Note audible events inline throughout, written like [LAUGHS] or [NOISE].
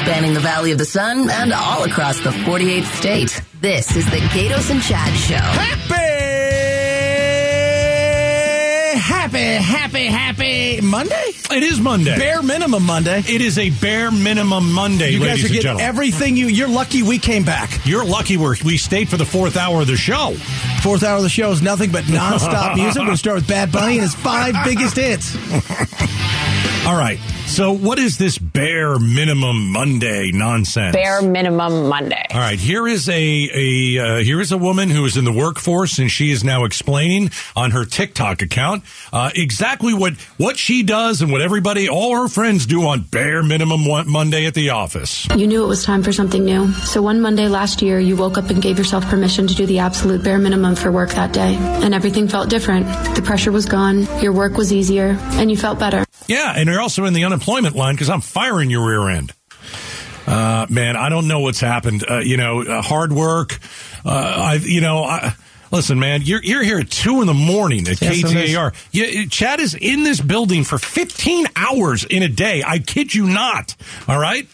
spanning the Valley of the Sun and all across the 48th state. This is the Gatos and Chad Show. Happy, happy, happy, happy Monday. It is Monday. Bare minimum Monday. it is a bare minimum Monday, You ladies guys are and getting gentlemen. everything you. You're lucky we came back. You're lucky we're, we stayed for the fourth hour of the show. Fourth hour of the show is nothing but nonstop [LAUGHS] music. We're going to start with Bad Bunny and his five biggest hits. All right. So, what is this bare minimum Monday nonsense? bare minimum Monday. All right, here is a a uh, here is a woman who is in the workforce, and she is now explaining on her TikTok account uh, exactly what what she does and what everybody, all her friends, do on bare minimum one, Monday at the office. You knew it was time for something new. So one Monday last year, you woke up and gave yourself permission to do the absolute bare minimum for work that day. And everything felt different. The pressure was gone, your work was easier, and you felt better. Yeah, and you're also in the unemployment line because I'm firing your rear end. Uh, man, I don't know what's happened. Uh, you know, uh, hard work. Uh, I, you know, I, listen, man, you're you're here at two in the morning at Yeah, sometimes- KTAR. Yeah, uh, Chad is in this building for 15 hours in a day. I kid you not. All right.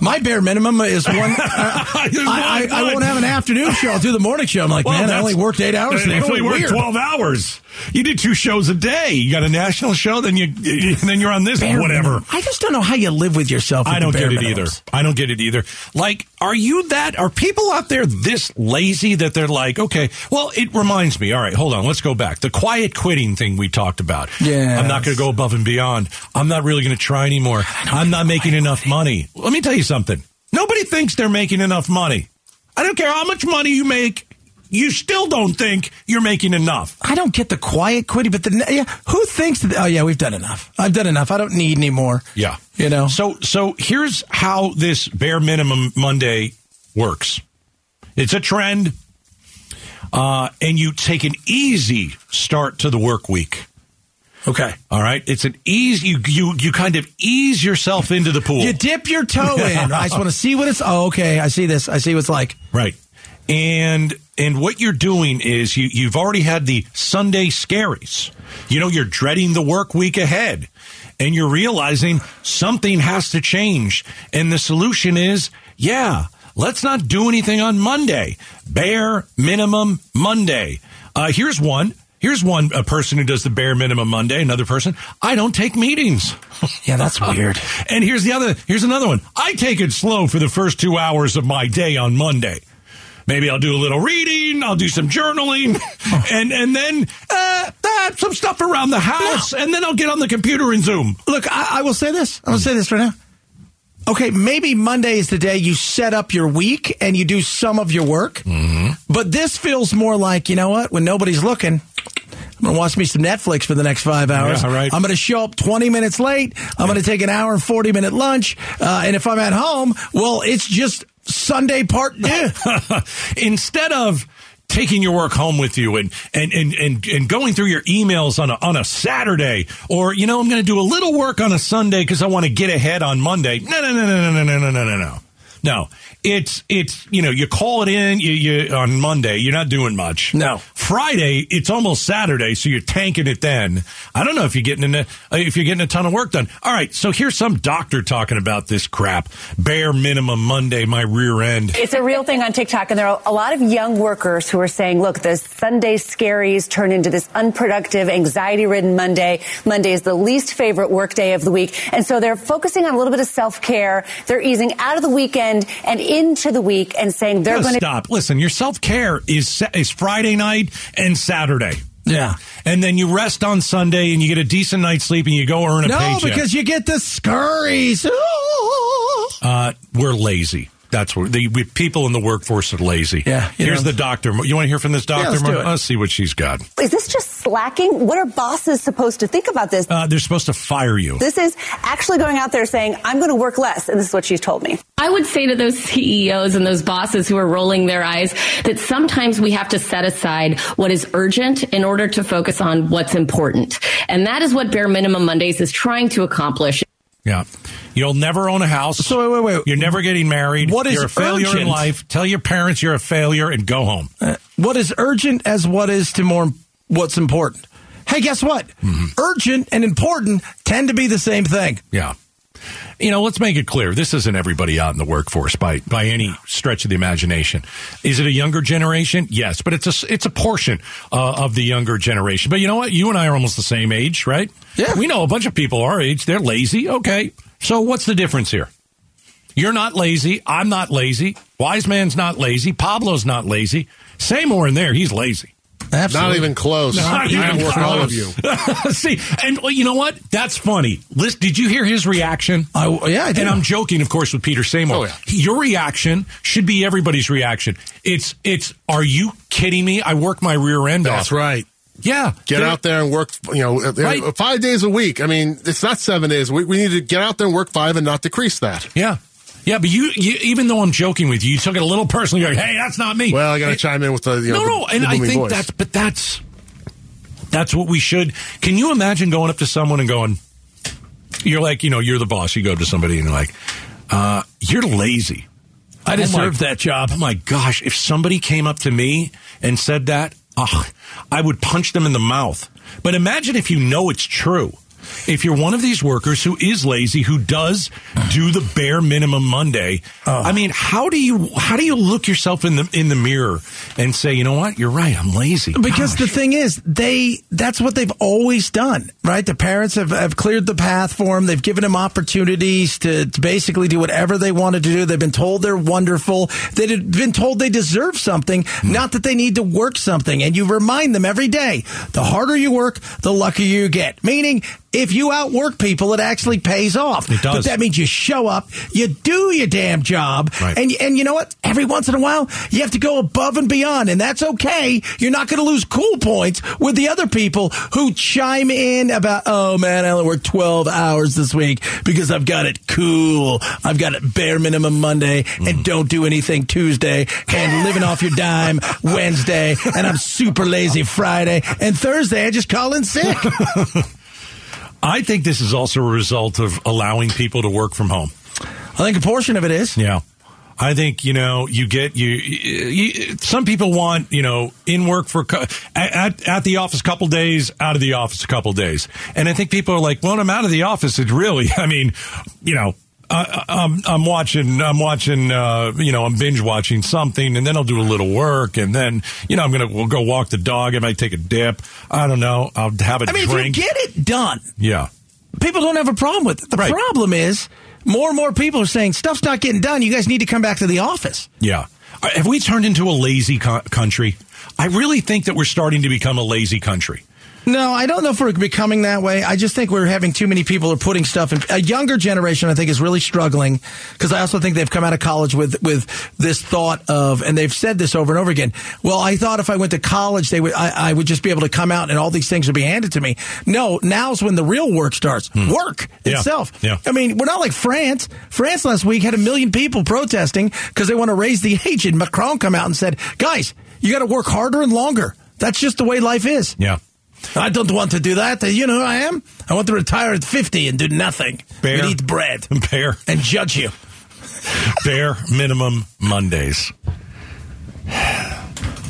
My bare minimum is [LAUGHS] one. uh, There's I, I, I one- won't have an afternoon show. I'll do the morning show. I'm like, man, I that's- only worked eight [LAUGHS] hours today. I I feel only worked weird. twelve hours. You did two shows a day. You got a national show, then you, [LAUGHS] you- then you're on this Bare whatever. minimum. I just don't know how you live with yourself. with I the don't bare get it minimums. either. I don't get it either. Like, are you that? Are people out there this lazy that they're like, okay, well, it reminds me. All right, hold on, let's go back. The quiet quitting thing we talked about. Yes. I'm not going to go above and beyond. I'm not really going to try anymore. I'm not making enough money. Let me tell you something. Nobody thinks they're making enough money. I don't care how much money you make. You still don't think you're making enough. I don't get the quiet quitting, but the yeah, who thinks that? Oh yeah, we've done enough. I've done enough. I don't need any more. Yeah. you know. So so here's how this bare minimum Monday works. It's a trend. Uh, and you take an easy start to the work week. okay, All right. It's an easy you you, you kind of ease yourself into the pool. you dip your [LAUGHS] toe in. I just want to see what it's. Oh, okay. I see this. I see what's like. Right. And and what you're doing is you you've already had the Sunday scaries. You know you're dreading the work week ahead and you're realizing something has to change and the solution is yeah, let's not do anything on Monday. Bare minimum Monday. Uh, here's one. Here's one a person who does the bare minimum Monday, another person, I don't take meetings. Yeah, that's weird. [LAUGHS] And here's the other. Here's another one. I take it slow for the first two hours of my day on Monday. Maybe I'll do a little reading. I'll do some [LAUGHS] journaling, and and then uh, uh, some stuff around the house, and then I'll get on the computer and Zoom. Look, I, I will say this. I will say this right now. Okay, maybe Monday is the day you set up your week and you do some of your work. Mm-hmm. But this feels more like, you know what? When nobody's looking, I'm going to watch me some Netflix for the next five hours. Yeah, right. I'm going to show up 20 minutes late. I'm going to take an hour and 40 minute lunch. Uh, and if I'm at home, well, it's just Sunday part two. [LAUGHS] Instead of taking your work home with you and and and and, and going through your emails on a, on a Saturday, or you know, I'm going to do a little work on a Sunday because I want to get ahead on Monday. No, no, no, no, no, no, no, no, no, no. No, it's it's you know you call it in you, you on Monday you're not doing much. No. Friday it's almost Saturday so you're tanking it then. I don't know if you're getting in a, if you're getting a ton of work done. All right, so here's some doctor talking about this crap. Bare minimum Monday, my rear end. It's a real thing on TikTok, and there are a lot of young workers who are saying, look, the Sunday scaries turn into this unproductive, anxiety ridden Monday. Monday is the least favorite work day of the week. And so they're focusing on a little bit of self care. They're easing out of the weekend and into the week and saying they're Gotta going to. stop. Listen, your self care is Sa- is Friday night and Saturday. yeah. And then you rest on Sunday and you get a decent night's sleep and you go earn a No, paycheck. because you get the scurries. [LAUGHS] Ooh. uh, we're lazy. That's what the we, people in the workforce are lazy. Yeah, you Here's know. the doctor. You want to hear from this doctor? let's do Mar- it. let's see what she's got. Is this just slacking? What are bosses supposed to think about this? Uh, they're supposed to fire you. This is actually going out there saying, I'm going to work less. And this is what she's told me. I would say to those CEOs and those bosses who are rolling their eyes that sometimes we have to set aside what is urgent in order to focus on what's important. And that is what Bare Minimum Mondays is trying to accomplish. Yeah. You'll never own a house. So, wait, wait, wait. You're never getting married. What is you're a failure in urgent? life? Tell your parents you're a failure and go home. what is urgent as what is to more what's important. Mm-hmm. Hey, guess what? Urgent and important tend to be the same thing. Yeah. you know, let's make it clear. This isn't everybody out in the workforce by by any stretch of the imagination. Is it a younger generation? Yes, but it's a it's a portion uh, of the younger generation. But you know what? You and I are almost the same age, right? Yeah. We know a bunch of people our age. They're lazy. Okay. So what's the difference here? You're not lazy. I'm not lazy. Wise man's not lazy. Pablo's not lazy. Seymour in there, he's lazy. Absolutely. Not even close. Not I even outwork all of you. close. [LAUGHS] See, and well, you know what? That's funny. List, did you hear his reaction? I- yeah, I did. And I'm joking, of course, with Peter Seymour. Oh, yeah. Your reaction should be everybody's reaction. It's it's. Are you kidding me? I work my rear end That's off. right. Yeah. Get They're- out there and work. You know, Right. five days a week. I mean, it's not seven days. We, we need to get out there and work five and not decrease that. Yeah. Yeah, but you, you, even though I'm joking with you, you took it a little personally. You're like, hey, that's not me. Well, I got to chime in with the you know, no, no, the- and the I booming think voice. that's but that's that's what we should. Can you imagine going up to someone and going, "You're like, you know, you're the boss." You go up to somebody and you're like, uh, "You're lazy. I deserve that job." Oh my gosh! If somebody came up to me and said that, ugh, I would punch them in the mouth. But imagine if you know it's true. If you're one of these workers who is lazy, who does do the bare minimum Monday, I mean, how do you how do you look yourself in the in the mirror and say, you know what, you're right, I'm lazy Because the Gosh. thing is, they that's what they've always done, right? The parents have, have cleared the path for them. They've given them opportunities to, to basically do whatever they wanted to do. They've been told they're wonderful. They've been told they deserve something, Hmm. not that they need to work something. And you remind them every day, the harder you work, the luckier you get. Meaning, if you outwork people, it actually pays off. It does. But that means you show up, you do your damn job, Right. and and you know what? Every once in a while, you have to go above and beyond, and that's okay. You're not going to lose cool points with the other people who chime in about, oh man, I only worked 12 hours this week because I've got it cool. I've got it bare minimum Monday, Mm. and don't do anything Tuesday, and living off your [LAUGHS] dime Wednesday, and I'm super lazy Friday, and Thursday I just call in [LAUGHS] sick. I think this is also a result of allowing people to work from home. I think a portion of it is. Yeah. I think, you know, you get, you, you some people want, you know, in work for, cou- at, at the office a couple days, out of the office a couple days. And I think people are like, well, when I'm out of the office, it's really, [LAUGHS] I mean, you know, I, I'm, I'm watching, I'm watching, uh, you know, I'm binge watching something and then I'll do a little work and then, you know, I'm going to, we'll go walk the dog. I might take a dip. I don't know. I'll have a I mean, drink. if you get it done, yeah. people don't have a problem with it. The Right. problem is more and more people are saying stuff's not getting done. You guys need to come back to the office. Yeah. Uh, Have we turned into a lazy co- country? I really think that we're starting to become a lazy country. No, I don't know if we're becoming that way. I just think we're having too many people are putting stuff in. A younger generation, I think, is really struggling because I also think they've come out of college with with this thought of, and they've said this over and over again. Well, I thought if I went to college, they would I, I would just be able to come out and all these things would be handed to me. No, now's when the real work starts. Work Hmm. Yeah. itself. Yeah. I mean, we're not like France. France last week had a million people protesting because they want to raise the age, and Macron come out and said, "Guys, you got to work harder and longer." That's just the way life is. Yeah. [LAUGHS] I don't want to do that. Uh, You know who I am? I want to retire at 50 and do nothing. Bear. But eat [LAUGHS] bread Bare, and judge you. bare minimum Mondays. [SIGHS]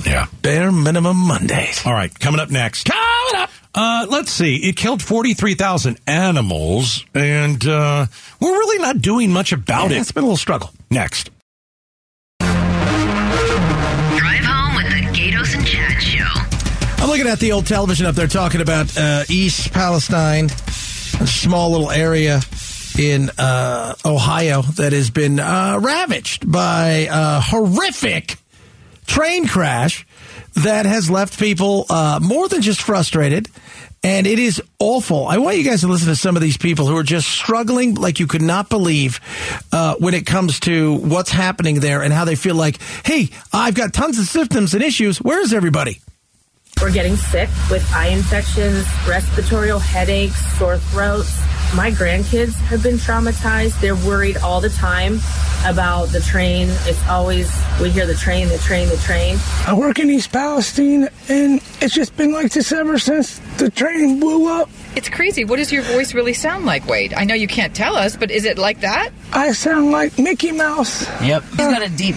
Yeah. Bare minimum Mondays. All right. Coming up next. Coming up. Uh, let's see. It killed 43,000 animals, and uh, we're really not doing much about Yeah, it. it's been a little struggle. Next. Drive home with the Gatos and Chad Show. I'm looking at the old television up there talking about uh, East Palestine, a small little area in uh, Ohio that has been uh, ravaged by a horrific train crash that has left people uh, more than just frustrated. And it is awful. I want you guys to listen to some of these people who are just struggling like you could not believe uh, when it comes to what's happening there and how they feel like, hey, I've got tons of symptoms and issues. Where is everybody? We're getting sick with eye infections, respiratory headaches, sore throats. My grandkids have been traumatized. They're worried all the time about the train. It's always, we hear the train, the train, the train. I work in East Palestine, and it's just been like this ever since the train blew up. It's crazy. What does your voice really sound like, Wade? I know you can't tell us, but is it like that? I sound like Mickey Mouse. Yep. He's got a deep,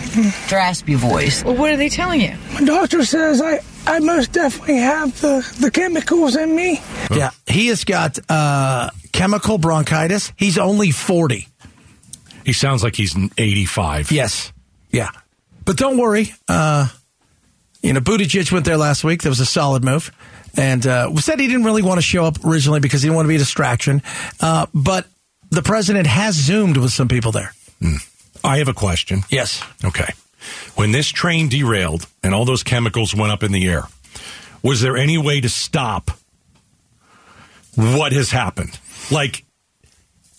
raspy voice. Well, what are they telling you? My doctor says I, I most definitely have the, the chemicals in me. Yeah, he has got uh, chemical bronchitis. He's only 40. He sounds like he's 85. Yes. Yeah. But don't worry. Uh, you know, Buttigieg went there last week. That was a solid move. And uh, said he didn't really want to show up originally because he didn't want to be a distraction. Uh, but the president has Zoomed with some people there. I have a question. Yes. Okay. When this train derailed and all those chemicals went up in the air, was there any way to stop what has happened? Like,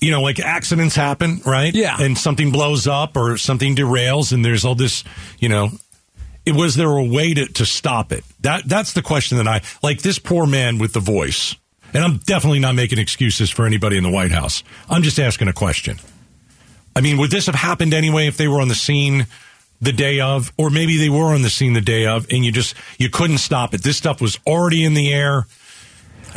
you know, like accidents happen, right? Yeah. And something blows up or something derails and there's all this, you know, it was there a way to, to stop it? That that's the question that I like this poor man with the voice. And I'm definitely not making excuses for anybody in the White House. I'm just asking a question. I mean, would this have happened anyway if they were on the scene the day of, or maybe they were on the scene the day of, and you just you couldn't stop it? This stuff was already in the air,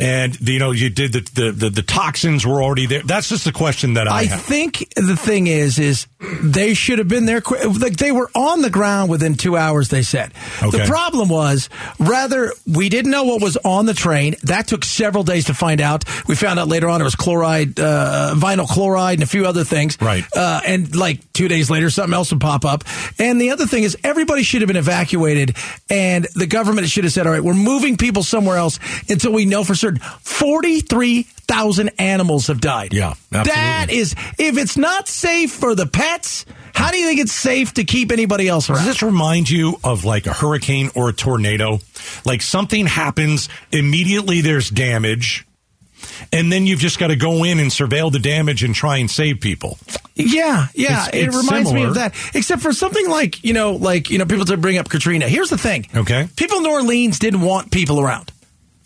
and you know you did the the the, the toxins were already there. That's just the question that I, I have. think the thing is, is they should have been there. qui- Like they were on the ground within two hours. They said the Okay. problem was rather we didn't know what was on the train. That took several days to find out. We found out later on it was chloride, uh, vinyl chloride, and a few other things. Right. Uh, and like two days later, something else would pop up. And the other thing is, everybody should have been evacuated, and the government should have said, "All right, we're moving people somewhere else until we know for certain." Forty-three thousand animals have died. Yeah. That is, if it's not safe for the pets, how do you think it's safe to keep anybody else around? Does this remind you of like a hurricane or a tornado? Like something happens, immediately there's damage, and then you've just got to go in and surveil the damage and try and save people. Yeah, yeah. It's- it it's reminds me of similar. that. Except for something like, you know, like, you know, people to bring up Katrina. Here's the thing. Okay. People in New Orleans didn't want people around.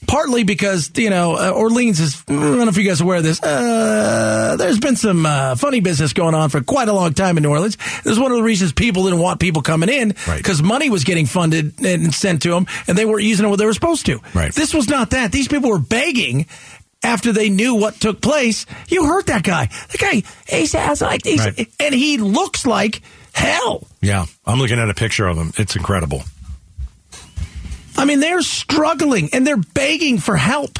Partly because, you know, uh, Orleans is, I don't know if you guys are aware of this, uh, there's been some uh, funny business going on for quite a long time in New Orleans. This is one of the reasons people didn't want people coming in because money was getting funded and sent to them and they weren't using it what they were supposed to. Right. This was not that. These people were begging after they knew what took place. You heard that guy. The guy, he's ass like, he's, Right. and he looks like hell. Yeah, I'm looking at a picture of them. It's incredible. I mean, they're struggling and they're begging for help.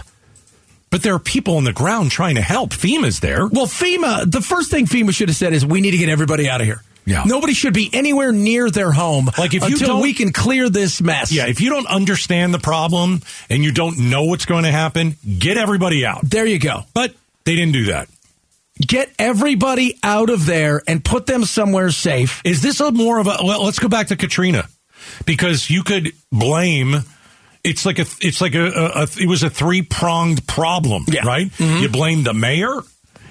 But there are people on the ground trying to help. FEMA's there. Well, FEMA, the first thing FEMA should have said is we need to get everybody out of here. Yeah. Nobody should be anywhere near their home Like if you until don't- we can clear this mess. Yeah, if you don't understand the problem and you don't know what's going to happen, get everybody out. There you go. But they didn't do that. Get everybody out of there and put them somewhere safe. Is this a more of a well, let's go back to Katrina because you could blame it's like a it's like a, a, a it was a three-pronged problem, right? You blame the mayor,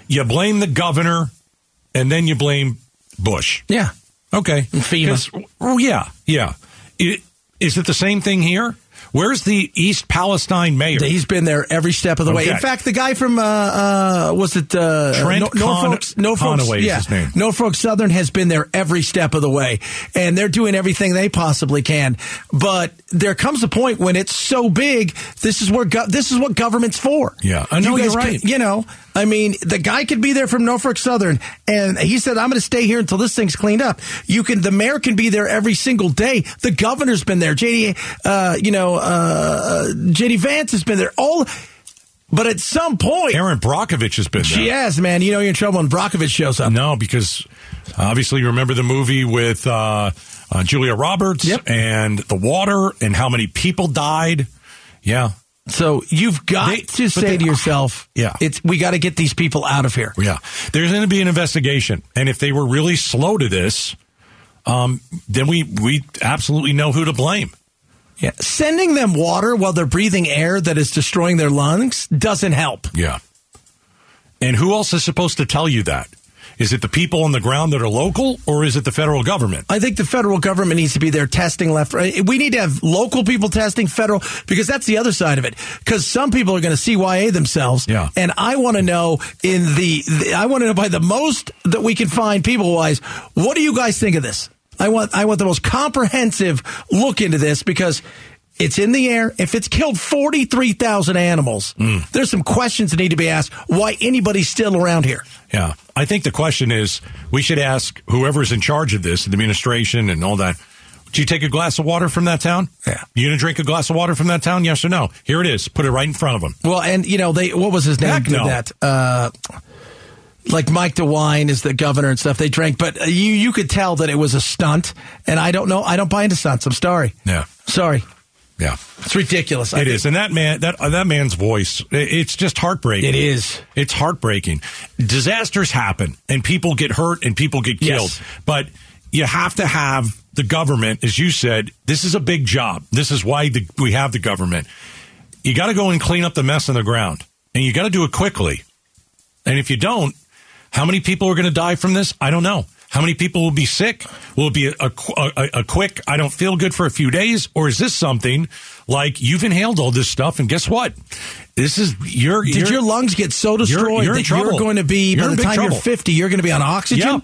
you blame the governor, and then you blame Bush. Yeah. Okay. FEMA. Oh yeah, yeah. It, is it the same thing here? Where's the East Palestine mayor? He's been there every step of the way. Okay. In fact, the guy from uh, uh, was it uh, Trent Con- Norfolk's, Norfolk's, Conaway is yeah, his name. Norfolk Southern has been there every step of the way, and they're doing everything they possibly can. But there comes a point when it's so big. This is where go- this is what government's for. Yeah. I know You you're guys right. can- you know, I mean, the guy could be there from Norfolk Southern, and he said, "I'm going to stay here until this thing's cleaned up." You can, the mayor can be there every single day. The governor's been there. JD, uh, you know, uh, JD Vance has been there. All, but at some point, Aaron Brockovich has been there. yes, man, you know you're in trouble when Brockovich shows up. No, because obviously you remember the movie with uh, uh, Julia Roberts and the water and how many people died. Yeah. So you've got to say to yourself, Yeah. it's we got to get these people out of here." Yeah. There's going to be an investigation. And if they were really slow to this, um, then we, we absolutely know who to blame. Yeah. Sending them water while they're breathing air that is destroying their lungs doesn't help. Yeah. And who else is supposed to tell you that? Is it the people on the ground that are local or is it the federal government? I think the federal government needs to be there testing left. Right. We need to have local people testing federal because that's the other side of it. Because some people are going to CYA themselves. Yeah. And I want to know in the, the I want to know by the most that we can find people wise. What do you guys think of this? I want I want the most comprehensive look into this because. It's in the air. If it's killed 43,000 animals, there's some questions that need to be asked why anybody's still around here. Yeah. I think the question is we should ask whoever's in charge of this, the administration and all that. Do you take a glass of water from that town? Yeah. You going to drink a glass of water from that town? Yes or no? Here it is. Put it right in front of them. Well, and you know they what was his name? Heck did no. that uh, like Mike DeWine is the governor and stuff. They drank, but uh, you you could tell that it was a stunt. And I don't know. I don't buy into stunts. I'm sorry. Yeah. Sorry. Yeah. It's ridiculous. I It think. is, and that man that uh, that man's voice, i- it's just heartbreaking. It is. It's heartbreaking. Disasters happen, and people get hurt, and people get killed. But you have to have the government, as you said. This is a big job. This is why the, we have the government. You got to go and clean up the mess on the ground, and you got to do it quickly. And if you don't, how many people are going to die from this? I don't know. How many people will be sick? Will it be a, a, a- a quick, I don't feel good for a few days? Or is this something like you've inhaled all this stuff and guess what? This is your. Did your lungs get so destroyed you're, in that trouble. you're going to be by You're in the big time trouble. you're 50, you're going to be on oxygen? Yeah.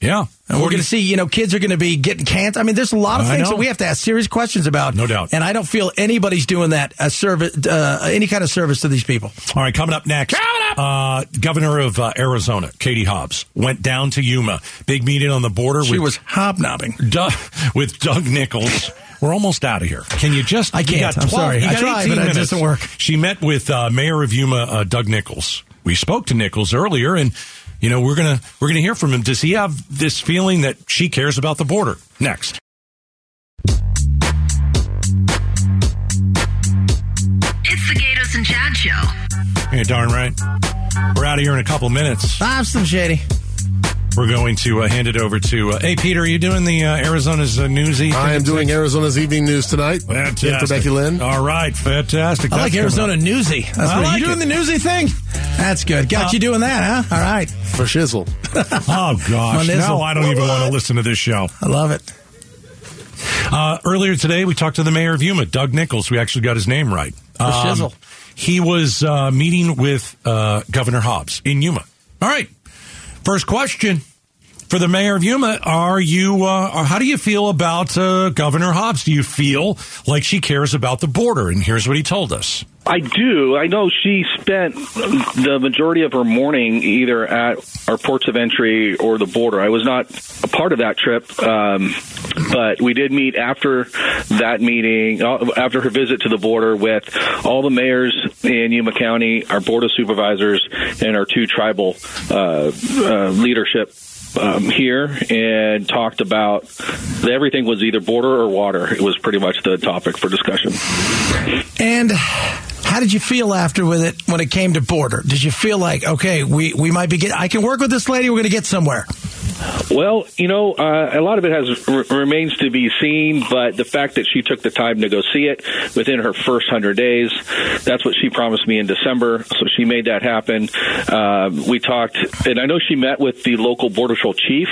Yeah. And we're going to see, you know, kids are going to be getting cancer. I mean, there's a lot of I things know. that we have to ask serious questions about. No doubt. And I don't feel anybody's doing that a service, uh, any kind of service to these people. All right, coming up next, Uh, Governor of uh, Arizona, Katie Hobbs, went down to Yuma. Big meeting on the border. She with, was hobnobbing. Doug, with Doug Nichols. We're almost out of here. Can you just? I you can't. got I'm 12 sorry. you I got tried, 18 but it minutes. doesn't work. She met with uh, Mayor of Yuma, uh, Doug Nichols. We spoke to Nichols earlier, and you know we're gonna we're gonna hear from him. Does he have this feeling that she cares about the border? Next. It's the Gatos and Chad Show. You're darn right. We're out of here in a couple minutes. I'm some shady. We're going to uh, hand it over to. Uh, hey, Peter, are you doing the uh, Arizona's uh, newsy? I am doing Arizona's evening news tonight. Fantastic. Uh, After Becky Lynn. All right, fantastic. I like That's coming Arizona up. newsy. That's I what- like you doing it. the newsy thing? That's good. Got Uh, you doing that, huh? All right. For shizzle. Oh gosh, My nizzle. no, I don't even want to listen to this show. I love it. Uh, earlier today, we talked to the mayor of Yuma, Doug Nichols. We actually got his name right. Um, shizzle. He was uh, meeting with uh, Governor Hobbs in Yuma. All right. First question for the mayor of Yuma: Are you? Uh, or how do you feel about uh, Governor Hobbs? Do you feel like she cares about the border? And here's what he told us. I do. I know she spent the majority of her morning either at our ports of entry or the border. I was not a part of that trip, um, but we did meet after that meeting, uh, after her visit to the border, with all the mayors in Yuma County, our board of supervisors, and our two tribal uh, uh, leadership um, here and talked about everything was either border or water. It was pretty much the topic for discussion. And how did you feel after with it when it came to border? Did you feel like, okay, we, we might be get I can work with this lady. We're going to get somewhere. Well, you know, uh, a lot of it has r- remains to be seen, but the fact that she took the time to go see it within her first hundred days—that's what she promised me in December. So she made that happen. Uh, we talked, and I know she met with the local border patrol chief,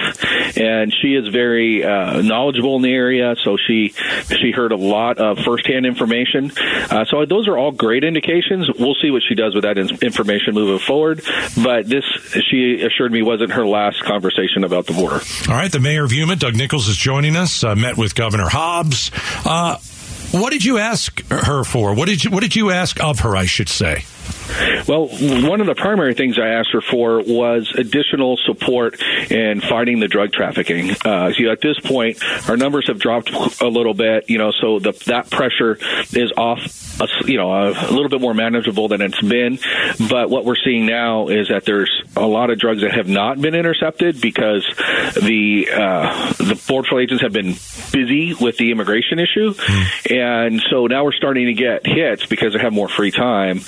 and she is very uh, knowledgeable in the area. So she she heard a lot of firsthand information. Uh, so those are all great indications. We'll see what she does with that in- information moving forward. But this, she assured me, wasn't her last conversation about the border. All right, the mayor of Yuma, Doug Nichols, is joining us. Uh, met with Governor Hobbs. Uh, what did you ask her for? What did you What did you ask of her? I should say. Well, one of the primary things I asked her for was additional support in fighting the drug trafficking. Uh, you know, at this point, our numbers have dropped a little bit, you know, so the, that pressure is off, a s you know, uh, a, a little bit more manageable than it's been. But what we're seeing now is that there's a lot of drugs that have not been intercepted because the uh, the border patrol agents have been busy with the immigration issue, and so now we're starting to get hits because they have more free time.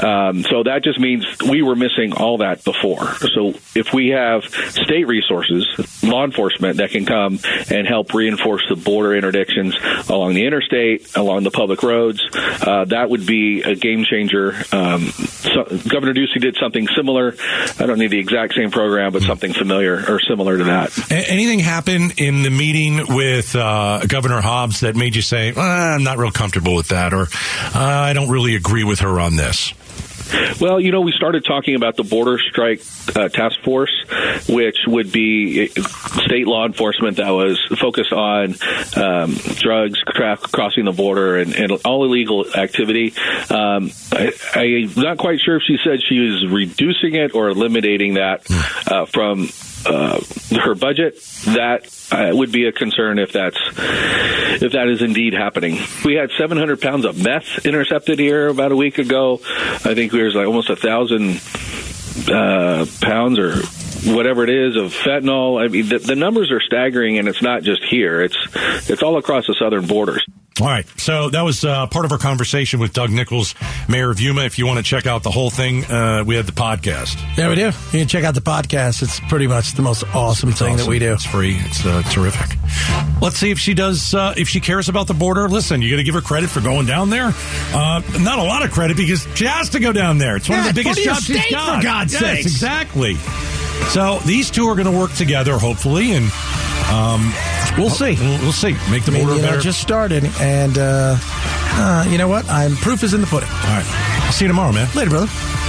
Um, so that just means we were missing all that before. So if we have state resources, law enforcement that can come and help reinforce the border interdictions along the interstate, along the public roads, uh, that would be a game changer. Um, so Governor Ducey did something similar. I don't need the exact same program, but something familiar or similar to that. A- anything happen in the meeting with uh, Governor Hobbs that made you say, "Uh, "I'm not real comfortable with that," or "Uh, "I don't really agree with her on this"? Well, you know, we started talking about the border strike uh, task force, which would be uh, state law enforcement that was focused on um, drugs tra- crossing the border and, and all illegal activity. Um, I, I'm not quite sure if she said she was reducing it or eliminating that uh, from uh, her budget. That uh, would be a concern if that's if that is indeed happening. We had 700 pounds of meth intercepted here about a week ago. I think there's like almost a thousand uh, pounds or whatever it is of fentanyl. I mean, the, the numbers are staggering, and it's not just here. It's it's all across the southern borders. All right. So that was uh, part of our conversation with Doug Nichols, mayor of Yuma. If you want to check out the whole thing, uh, we had the podcast. There we do. You can check out the podcast. It's pretty much the most awesome thing that we do. It's free. It's uh, terrific. Let's see if she does, uh, if she cares about the border. Listen, you got to give her credit for going down there. Uh, not a lot of credit because she has to go down there. It's one Yeah, of the it's biggest part jobs of your she's state, got. for God's yes, sakes. exactly. So these two are going to work together, hopefully, and um, we'll see. We'll, we'll see. Make the I mean, border you know, better. it just started, and uh, uh, you know what? I'm proof is in the pudding. All right. I'll see you tomorrow, man. Later, brother.